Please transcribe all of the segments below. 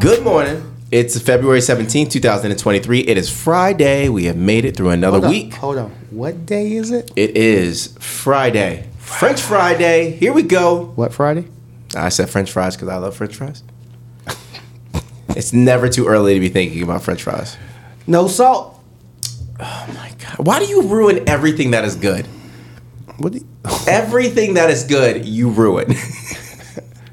Good morning. It's February 17th, 2023. It is Friday. We have made it through another Hold on, week. Hold on. What day is it? It is Friday. French Friday. Here we go. What Friday? I said French fries because I love French fries. it's never too early to be thinking about French fries. No salt. My God. Why do you ruin everything that is good? What? do you- Everything that is good, you ruin.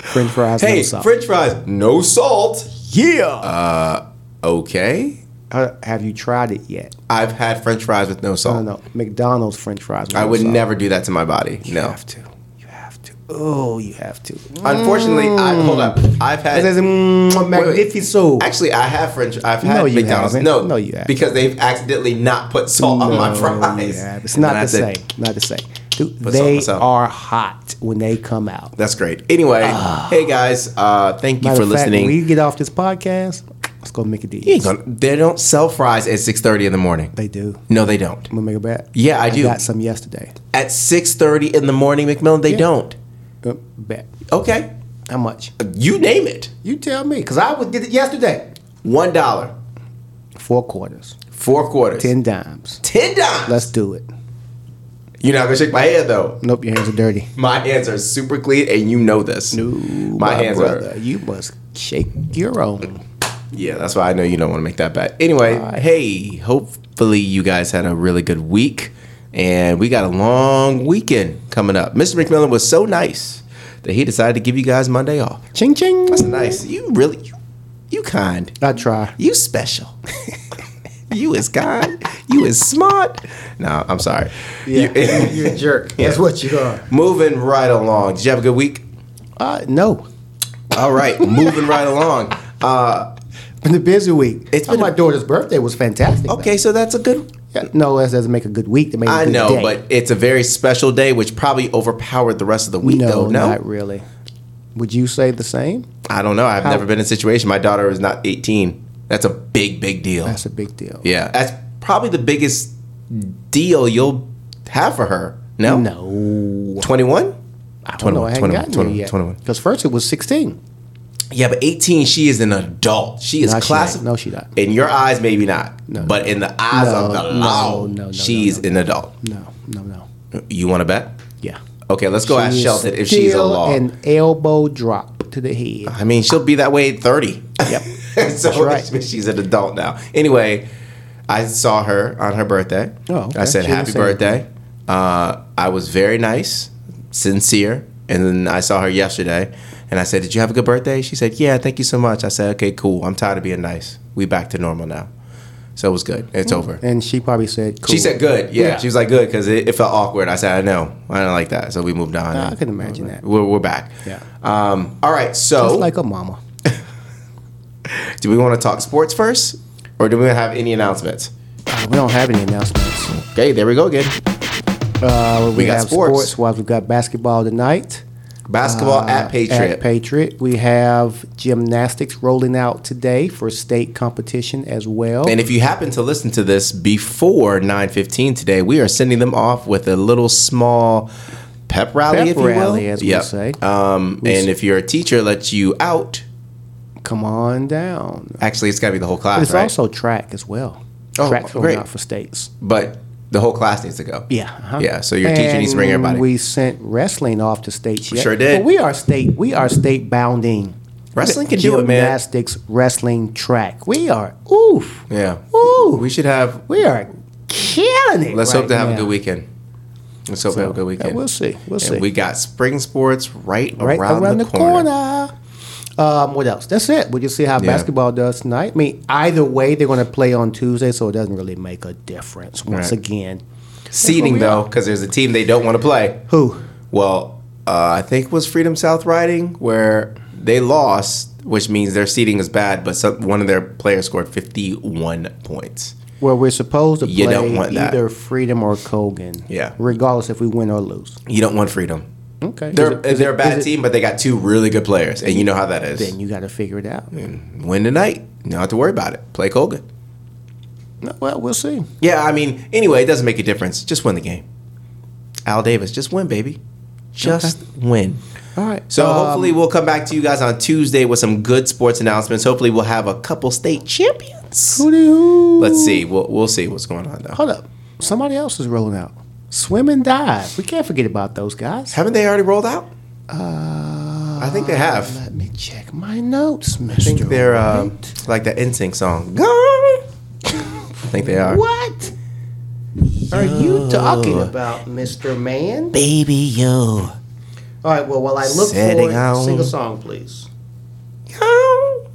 French fries. hey, no salt. French fries, no salt. yeah. Okay. Uh, have you tried it yet? I've had French fries with no No, salt. no. McDonald's French fries. with I no would salt. never do that to my body. You no. have to. You have to. Oh, you have to. Unfortunately, I hold up. I've It had says, mm, Mm. Wait, wait. magnifico. Actually, I have French. I've had No, you McDonald's. haven't. No, No, you haven't. Because they've accidentally not put salt on my fries. yeah, it's And then not I the said, same. Not the same. Dude, Put salt they myself. are hot when they come out. That's great. Anyway, hey guys, uh, thank you Ah. Matter for of fact, listening. When we get off this podcast, let's go make a deal. You ain't gonna- they don't sell fries at six thirty in the morning. They do. I'm No, they don't. gonna make a bet. Yeah, I do. got some yesterday. At six thirty in the morning, McMillan, they don't. Uh, bet. Okay, How much? you name it. You tell me, cause I would get it yesterday. One dollar, Four quarters, four quarters, ten dimes. ten dollars. Let's do it. You're not gonna shake my hand though. Nope, your hands are dirty. My hands are super clean, and you know this. my, hands are. You must shake your own. Yeah, that's why I know you don't want to make that bet. Anyway, hey, hopefully you guys had a really good week, and we got a long weekend coming up. Mr. McMillan was so nice that he decided to give you guys Monday off. Ching ching. That's nice. You really, you, you kind. I try. You special. you is kind. You is smart. No, I'm sorry. You- a jerk. That's what you are. moving right along. Did you have a good week? Uh, no. All right, moving right along. Uh, Been a busy week. It's It's been my a- daughter's birthday was fantastic. though. okay, so that's a good. Yeah, No, that doesn't make a good week. That made a I good know, day. but it's a very special day, which probably overpowered the rest of the week. no, though. no, not really. Would you say the same? I don't know. I've never been in a situation. My daughter is not 18. That's a big, big deal. That's a big deal. yeah, that's probably the biggest deal you'll have for her. No, No. 21. I don't know. I haven't gotten there yet. 21. Because first it was 16. Yeah, but 18, she is an adult. She is No, she classified. not. No, she not. In your eyes, maybe not. No. But in the eyes of No, the no, law, no, no, she's no, no. an adult. No, no, no. You want to bet? Yeah. Okay, let's go ask She is Shelton if she's a still law. An elbow drop to the head. I mean, she'll be that way at 30. Yep. so right. she's an adult now. Anyway, I saw her on her birthday. Oh, okay. I said She didn't happy say anything. birthday. Uh, I was very nice, sincere, and then I saw her yesterday, and I said, "Did you have a good birthday?" She said, "Yeah, thank you so much." I said, "Okay, cool. I'm tired of being nice. We back to normal now." So it was good. It's over. And she probably said, Hmm. cool. She said good. Yeah, Yeah. she was like good because it, it felt awkward. I said I know. I don't like that. So we moved on. I can imagine that. We're, we're back. Ah, Yeah. Um, all right. So It's like a mama. do we want to talk sports first, or do we have any announcements? Uh, we don't have any announcements. Okay, there we go again. Uh, we, got have sports. sports. wise, we've got basketball tonight. Basketball Uh, at Patriot. At Patriot. We have gymnastics rolling out today for state competition as well. and if you happen to listen to this before 9:15 today, we are sending them off with a little small pep rally, Pep if you will. rally, as we say. Um, and if your teacher lets you out, Come on down. actually, it's got to be the whole class, It's right? also track as well. Oh, Track's rolling great. out for states. but the whole class needs to go. Yeah. uh-huh. Yeah. So your teacher needs to bring And everybody. We sent wrestling off to states. yet. sure did. But we are state. We are state bounding. Wrestling can do it, man. Gymnastics, wrestling, track. We are. Oof. yeah. Ooh. We should have. We are killing it. Let's hope right to have now. a good weekend. Let's hope we have a good weekend. Yeah, we'll see. We'll And see. we got spring sports right, right around, the, corner. corner. Um, what else? That's it. We'll just see how basketball does tonight. I mean, either way, they're going to play on Tuesday, so it doesn't really make a difference. Once Right. again, Seating we though, because there's a team they don't want to play. who? Well, uh, I think was Freedom South Riding where they lost, which means their seating is bad. But some, one of their players scored 51 points. Where we're supposed to You play don't want that. either Freedom or Kogan. Yeah. Regardless if we win or lose. You don't want freedom. Okay. Is They're it- is they're it- a bad is it- team, but they got two really good players, and you know how that is. Then you got to figure it out. Win tonight. You don't have to worry about it. Play Colgan. No, well, we'll see. Yeah, I mean, anyway, it doesn't make a difference. Just win the game. Al Davis, just win, baby. Just win. All right. So Um, hopefully we'll come back to you guys on Tuesday with some good sports announcements. Hopefully we'll have a couple state champions. Hoo-dee-hoo. Let's see. We'll, we'll see what's going on though. Hold up. Somebody else is rolling out. Swim and dive. We can't forget about those guys. Haven't they already rolled out? Uh, I think they have. Let me check my notes, Mr. I think they're uh, White. like that NSYNC song. Gone. I think they are. What are you talking about, Mr. Man? Baby, yo. All right, well, while I look Setting for it, out. sing a song, please. Gone.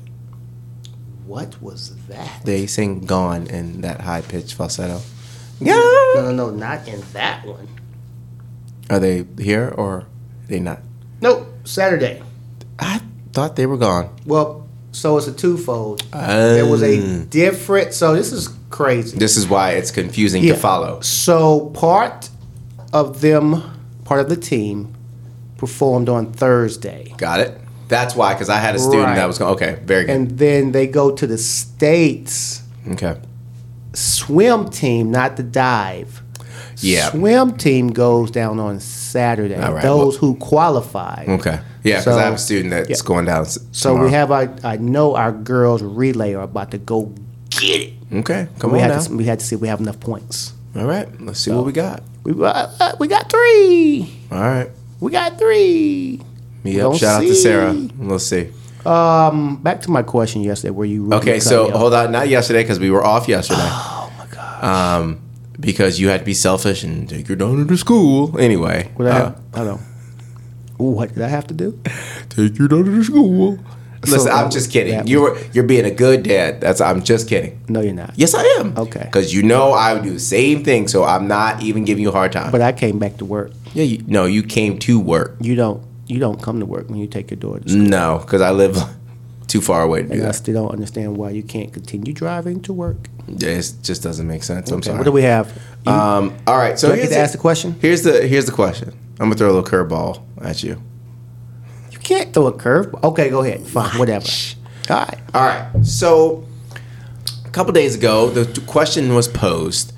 What was that? They sing "Gone" in that high-pitched falsetto. No, Gone. no, no, not in that one. Are they here or are they not? Nope, Saturday. I thought they were gone. Well, so it's a twofold. there was a Um, different. So this is crazy. This is why it's confusing Yeah. to follow. So part of them, part of the team, performed on Thursday, Got it. That's why, because I had a student Right. that was going. Okay, very good. and then they go to the states okay, swim team, not the dive. Yeah. Swim team goes down on Saturday. All right, Those who qualify. okay, yeah, because So- I have a student that's yeah. going down. s- So tomorrow. we have our, I know our girls relay are about to go get it. Okay, come we on had now. to we had to see if we have enough points. All right, let's see what we got. We uh, uh, we got three. All right. We got three. Yep. Don't Shout out to Sarah. see. Let's see. Um, back to my question yesterday. Were you rooting Okay, Cuddy so up? hold on. Not yesterday because we were off yesterday. Oh my god. Um, because you had to be selfish and take your daughter to school. Anyway, What did I uh, have? Hold on. Ooh, what did I have to do? take your daughter to school. Listen, So I'm that- just kidding. that- You were you're being a good dad. That's I'm just kidding. No, you're not. Yes, I am. Okay. Because you know I would do the same thing, so I'm not even giving you a hard time. But I came back to work. yeah, you, no, you came to work. You don't. You don't come to work when you take your daughter. to school. No, because I live too far away to do And I that. still don't understand why you can't continue driving to work. Yeah, it just doesn't make sense. I'm Okay, sorry. What do we have? You, um, all right. So do I here's get to the, ask the question? here's the here's the question. I'm gonna throw a little curveball at you. You can't throw a curve. Okay, go ahead. Fine. Whatever. All right. All right. So a couple days ago, the t- question was posed.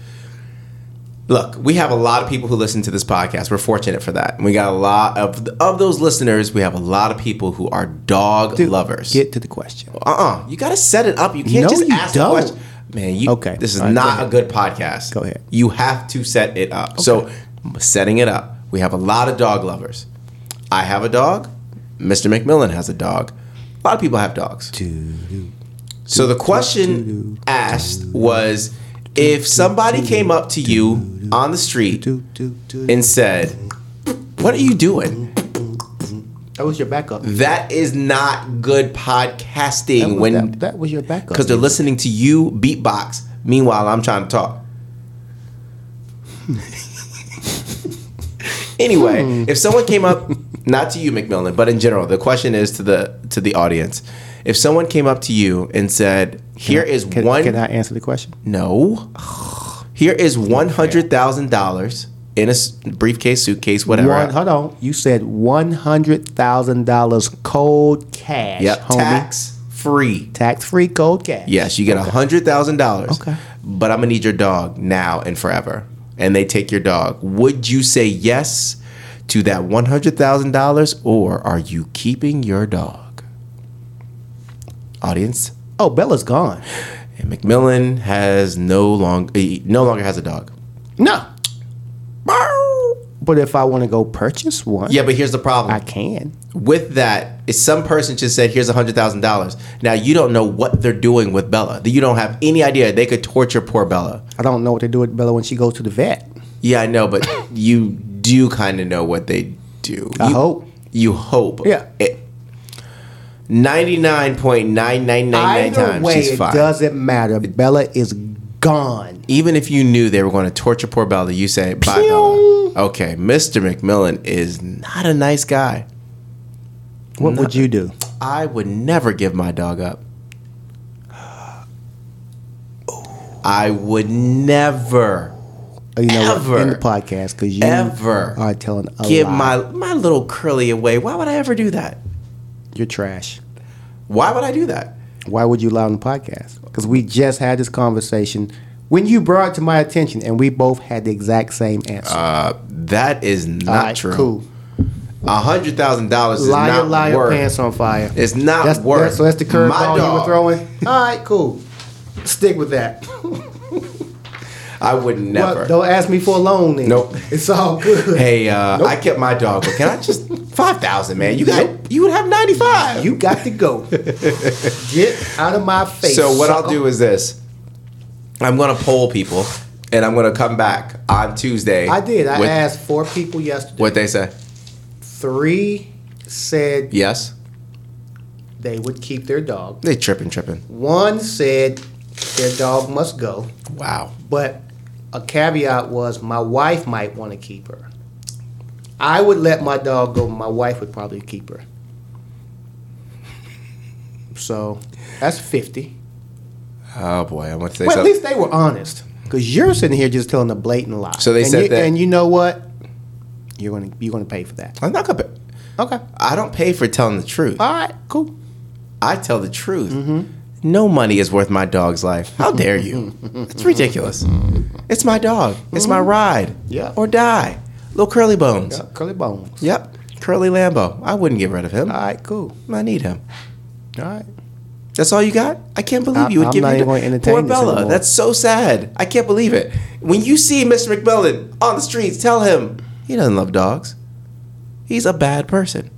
Look, we have a lot of people who listen to this podcast. We're fortunate for that. And we got a lot of of those listeners. We have a lot of people who are dog lovers. Get to the question. uh uh You got to set it up. You can't No, just you ask the don't. question. Man, you, Okay. this is All right, go not ahead. a good podcast. Go ahead. You have to set it up. So, setting it up. We have a lot of dog lovers. I have a dog. Mr. McMillan has a dog. A lot of people have dogs. So the question asked was if somebody came up to you on the street Do, do, do. and said, "What are you doing?" that was your backup. That is not good podcasting That was, Mm. when that, that was your backup. because they're listening to you beatbox. Meanwhile, I'm trying to talk. anyway, Hmm. if someone came up, not to you, McMillan, but in general, the question is to the to the audience. If someone came up to you and said, "Here is Can, one can I answer the question? no, here is one hundred thousand dollars in a s- briefcase, suitcase, whatever." One, hold on. You said one hundred thousand dollars cold cash. Yep, homie. tax free. tax free cold cash. Yes, you get a hundred thousand dollars. Okay. But I'm gonna need your dog now and forever. And they take your dog. Would you say yes to that one hundred thousand dollars, or are you keeping your dog? Audience, Oh, Bella's gone. and McMillan has no long he no longer has a dog. No. But if I want to go purchase one, Yeah, but here's the problem. I can. with that is some person just said here's $100000 now you don't know what they're doing with bella you don't have any idea they could torture poor bella I don't know what they do with Bella when she goes to the vet. yeah i know but you do kind of know what they do I You- hope. you hope Yeah. It- 99.9999 Either times way, she's it fine doesn't matter. Bella is gone. even if you knew they were going to torture poor bella you say bye bella okay mr mcmillan is not a nice guy What would you do? I would never give my dog up. I would never Oh, You know, Ever. in the podcast because you Ever. are telling a give lie. my my little curly away. Why would I ever do that? You're trash. Why would I do that? Why would you lie on the podcast? Because we just had this conversation when you brought it to my attention, and we both had the exact same answer. That is All Uh, not right, true. Cool. A hundred thousand dollars is Liar, not liar, worth. pants on fire. It's not that's, worth. That, so that's the curve My ball you were dog. throwing. All right, cool. Stick with that. I would never. Well, don't ask me for a loan. Then. Nope. It's all good. hey, uh, I kept my dog, but can I just five thousand, man? You got Nope. you would have ninety five. You got to go. Get out of my face. So what I'll sucker. do is this: I'm gonna poll people, and I'm gonna come back on Tuesday. I did. I with asked four people yesterday. what they say. Three said Yes, they would keep their dog. they tripping, tripping. One said their dog must go, Wow. but a caveat was my wife might want to keep her. I would let my dog go. but My wife would probably keep her. So that's fifty. Oh boy, I want to say Well, at something. least they were honest. Because you're sitting here just telling a blatant lie. So they and said you, that- and you know what? You're gonna you're gonna pay for that. I'm not gonna. Pay. Okay. I don't pay for telling the truth. All right. Cool. I tell the truth. Mm-hmm. No money is worth my dog's life. How dare you? it's ridiculous. It's my dog. It's my ride. Mm-hmm. Yeah. Or die. Little curly bones. Yeah, curly bones. Yep. Curly Lambo. I wouldn't get rid of him. All right. Cool. I need him. All right. That's all you got? I can't believe I- you would I'm give your not even da- gonna entertain Poor this Bella. anymore. That's so sad. I can't believe it. When you see Mr. McMillan on the streets, tell him he doesn't love dogs. He's a bad person,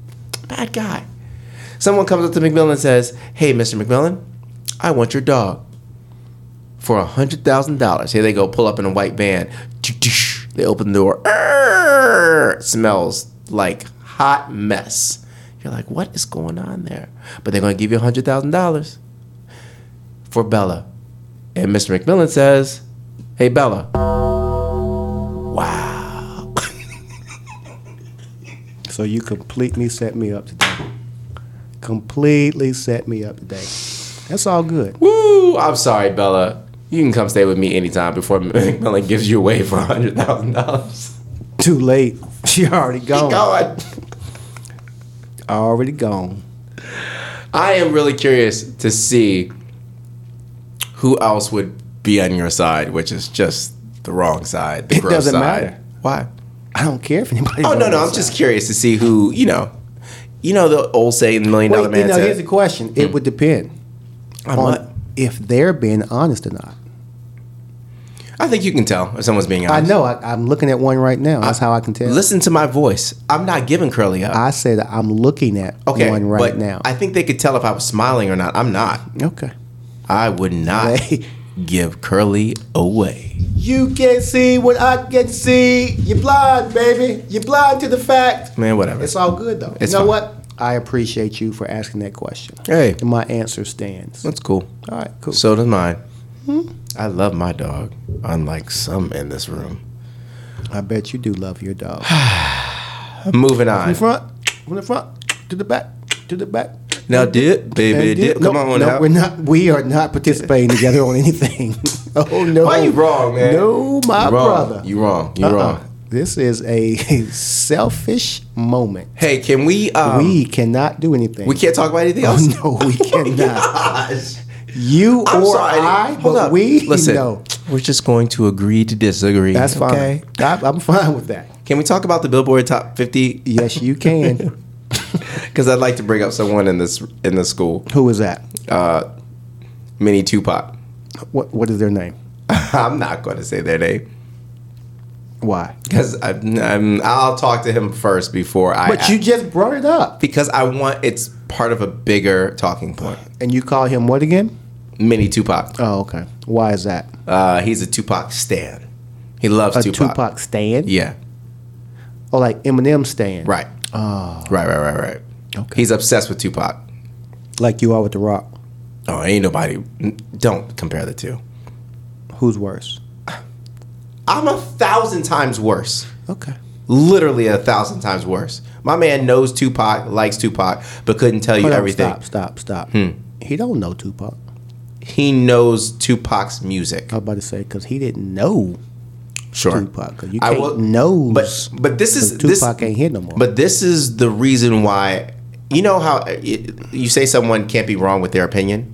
bad guy. Someone comes up to McMillan and says, "Hey, Mr. McMillan, I want your dog for a hundred thousand dollars." Here they go, pull up in a white van. They open the door. Err! Smells like hot mess. You're like, what is going on there? But they're gonna give you a hundred thousand dollars for Bella. And Mr. McMillan says, Hey, Bella. Wow. So you completely set me up today. Completely set me up today. That's all good. Woo! I'm sorry, Bella. You can come stay with me anytime before McMillan gives you away for $100,000. Too late. She already gone. God. Already gone. I am really curious to see who else would be on your side, which is just the wrong side. The It gross doesn't side. matter. Why? I don't care if anybody. Oh, no, no. I'm just curious to see who, you know, you know the old saying, the million dollar Wait, you man know, here's the said. question. It would depend I'm Mm. on not- if they're being honest or not. I think you can tell if someone's being honest. I know. I, I'm looking at one right now. That's how I can tell. Listen to my voice. I'm not giving curly up. I said I'm looking at okay, one right but now. I think they could tell if I was smiling or not. I'm not. okay. I would not Hey. give curly away. You can't see what I can see. You're blind, baby. You're blind to the fact. Man, whatever. It's all good though. It's you know fine. what? I appreciate you for asking that question. Hey. And my answer stands. That's cool. All right, cool. So does mine. I love my dog, unlike some in this room. I bet you do love your dog. Moving on. From the front, from the front, to the back, to the back. Now dip, baby, And dip. no, Come on no, now. We're not we are not participating together on anything. oh no. Why you wrong, man? No, my You wrong. brother. You wrong. You Uh-uh. wrong. This is a selfish moment. Hey, can we? Um, we we cannot do anything. can't talk about anything Oh, else. no, we cannot. Gosh. You I'm or sorry. I, Hold but up. we Listen, no. We're just going to agree to disagree. That's fine. okay? I, I'm fine with that. Can we talk about the Billboard Top 50? Yes, you can. Because I'd like to bring up someone in this in the school, Uh, Who is that? Mini Tupac. What What is their name? I'm not going to say their name Why? because I'm, I'm, I'll talk to him first before I. But you just brought it up, because I want it's part of a bigger talking point. and you call him what again? Mini Tupac. Oh, okay. Why is that? Uh, he's a Tupac stan. He loves A Tupac. Tupac, stand, Yeah. or like Eminem stand, Right. Oh, Right. Right. Right. Right. Okay. He's obsessed with Tupac. like you are with the Rock. Oh, ain't nobody. Don't compare the two. Who's worse? I'm a thousand times worse. Okay. literally a thousand times worse. My man knows Tupac, likes Tupac, but couldn't tell you Hold on, everything. Hmm. Stop, stop, stop. He don't know Tupac. He knows Tupac's music. I was about to say because he didn't know Sure. Oh, Tupac. 'cause You I can't will- know, But but this is Tupac this, ain't here no more. But this is the reason why you know how uh, it, you say someone can't be wrong with their opinion,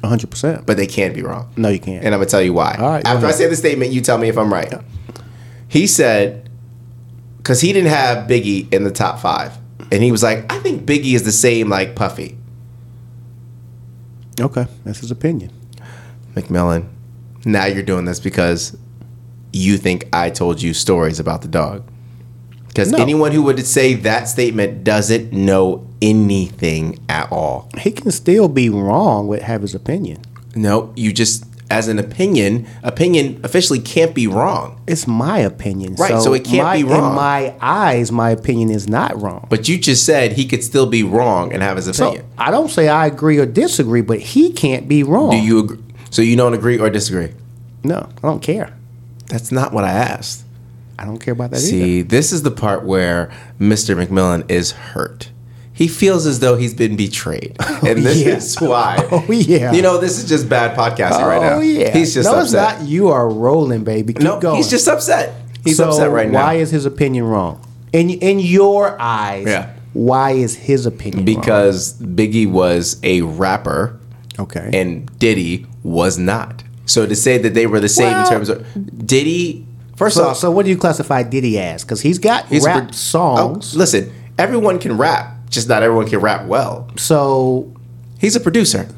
one hundred percent. but they can be wrong. No, you can't. And I'm gonna tell you why. All right, go After I ahead. say the statement, you tell me if I'm right. He said, because he didn't have Biggie in the top five, and he was like, I think Biggie is the same like Puffy. okay, that's his opinion. McMillan, now you're doing this because you think I told you stories about the dog. Because No. anyone who would say that statement doesn't know anything at all. He can still be wrong with have his opinion. No, you just, as an opinion, opinion officially can't be wrong. It's my opinion, Right, so it can't my- be wrong. In my eyes, my opinion is not wrong. But you just said he could still be wrong and have his So opinion. I don't say I agree or disagree, but he can't be wrong. Do you agree? So you don't agree or disagree? No, I don't care. That's not what I asked. I don't care about that either. See, this is the part where Mr. McMillan is hurt. He feels as though he's been betrayed. and this Oh, yeah. is why. Oh, yeah. You know, this is just bad podcasting right now. Oh yeah, He's just no, upset. it's not. You are rolling, baby. Keep no, going. he's just upset. He's upset right now. Why is his opinion wrong? In in your eyes, Yeah. why is his opinion wrong? because Biggie was a rapper okay, and Diddy was not. So to say that they were the same Well- in terms of Diddy, first so off, so what do you classify Diddy as? Because he's got he's a rap pro- songs. Oh, listen, everyone can rap, just not everyone can rap well. so He's a producer.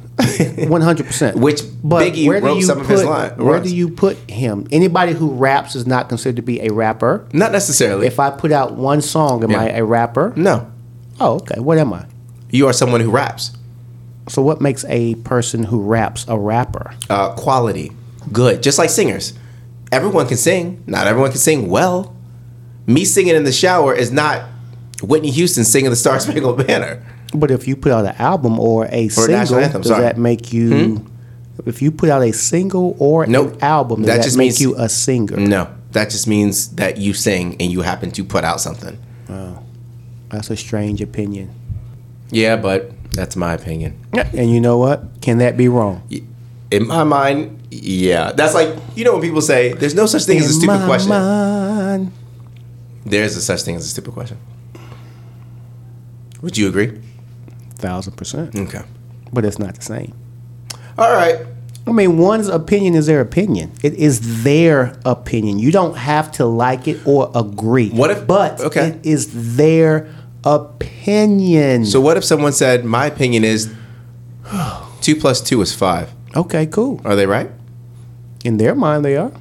one hundred percent. Which Biggie wrote some of put, his line- Where runs. do you put him? Anybody who raps is not considered to be a rapper. Not necessarily. If I put out one song, am Yeah. I a rapper? no, Oh, okay. What am I? you are someone who raps. So what makes a person who raps a rapper? Uh, quality, good, just like singers. Everyone can sing. Not everyone can sing well. Me singing in the shower is not Whitney Houston singing the Star Spangled Banner. But if you put out an album or a Or a single, national anthem, does sorry. Hmm? that make you? If you put out a single or Nope. an album, does That that, just make means- you a singer? No, that just means that you sing and you happen to put out something. That's a strange opinion. Yeah, but that's my opinion. And you know what? Can that be wrong? In my mind, yeah. That's like you know when people say there's no such thing as a In stupid my question. mind- There's a such thing as a stupid question. Would you agree? thousand percent. Okay. But it's not the same. All right. I mean, one's opinion is their opinion. It is their opinion. You don't have to like it or agree. What if- But okay. it is their opinion. So what if someone said, "My opinion is two plus two is five. okay, cool. Are they right? In their mind, they are.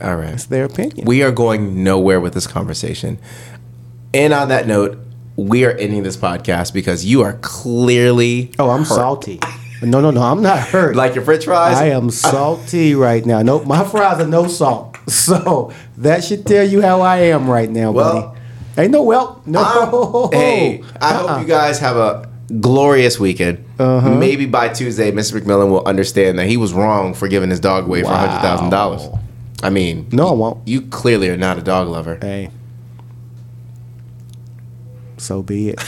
All right. It's their opinion. We are going nowhere with this conversation. And on that note, we are ending this podcast because you are clearly Oh, I'm hurt. salty. No, no, no. I'm not hurt. Like your French fries. I am salty right now. Nope, my fries are no salt. So that should tell you how I am right now, Well, buddy. Ain't no well. No. Oh. Uh-uh. I'm- hey, I hope you guys have a glorious weekend. Uh-huh. Maybe by Tuesday, Mr. McMillan will understand that he was wrong for giving his dog away for Wow. hundred thousand dollars. I mean, No, I won't. You clearly are not a dog lover. Hey. So be it.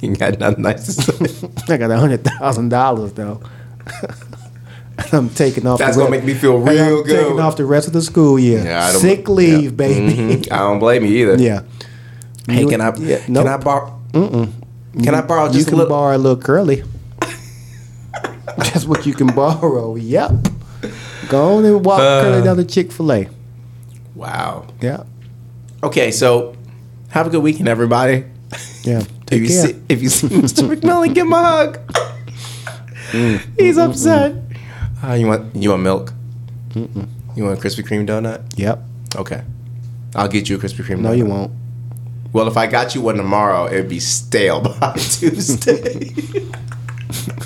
You got nothing nice to say. I got a hundred thousand dollars though. And I'm taking off. That's the gonna rest- make me feel and I'm real good. Taking off the rest of the school year. Yeah, Mm-hmm. I don't- Sick leave, baby. I don't blame you either. Yeah. Hey, You- can I? yeah, Can nope. I borrow? Can I borrow you Oh, just a can little? borrow a little curly. That's what you can borrow. Yep. Go on and walk Uh, curly down to Chick Fil A. wow. Yeah. Okay, so have a good weekend, everybody. Yeah. If Take you care. see, if you see Mr. McMillan, give him a hug. He's upset. Uh, you want you want milk? You want a Krispy Kreme donut? Yep. Okay, I'll get you a Krispy Kreme. No, donut. you won't. Well, if I got you one tomorrow, it'd be stale by Tuesday.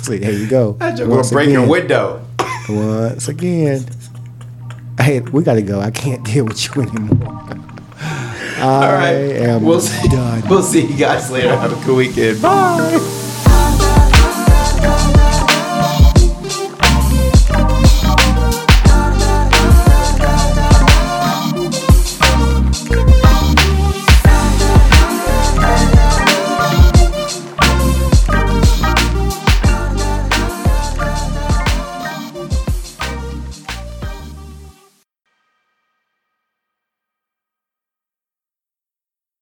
See, there you go. That joke gonna break your again, window. Once again. Hey, we gotta go. I can't deal with you anymore. All I right, am we'll see. done. We'll see you guys later. Have a good weekend. Bye. Bye.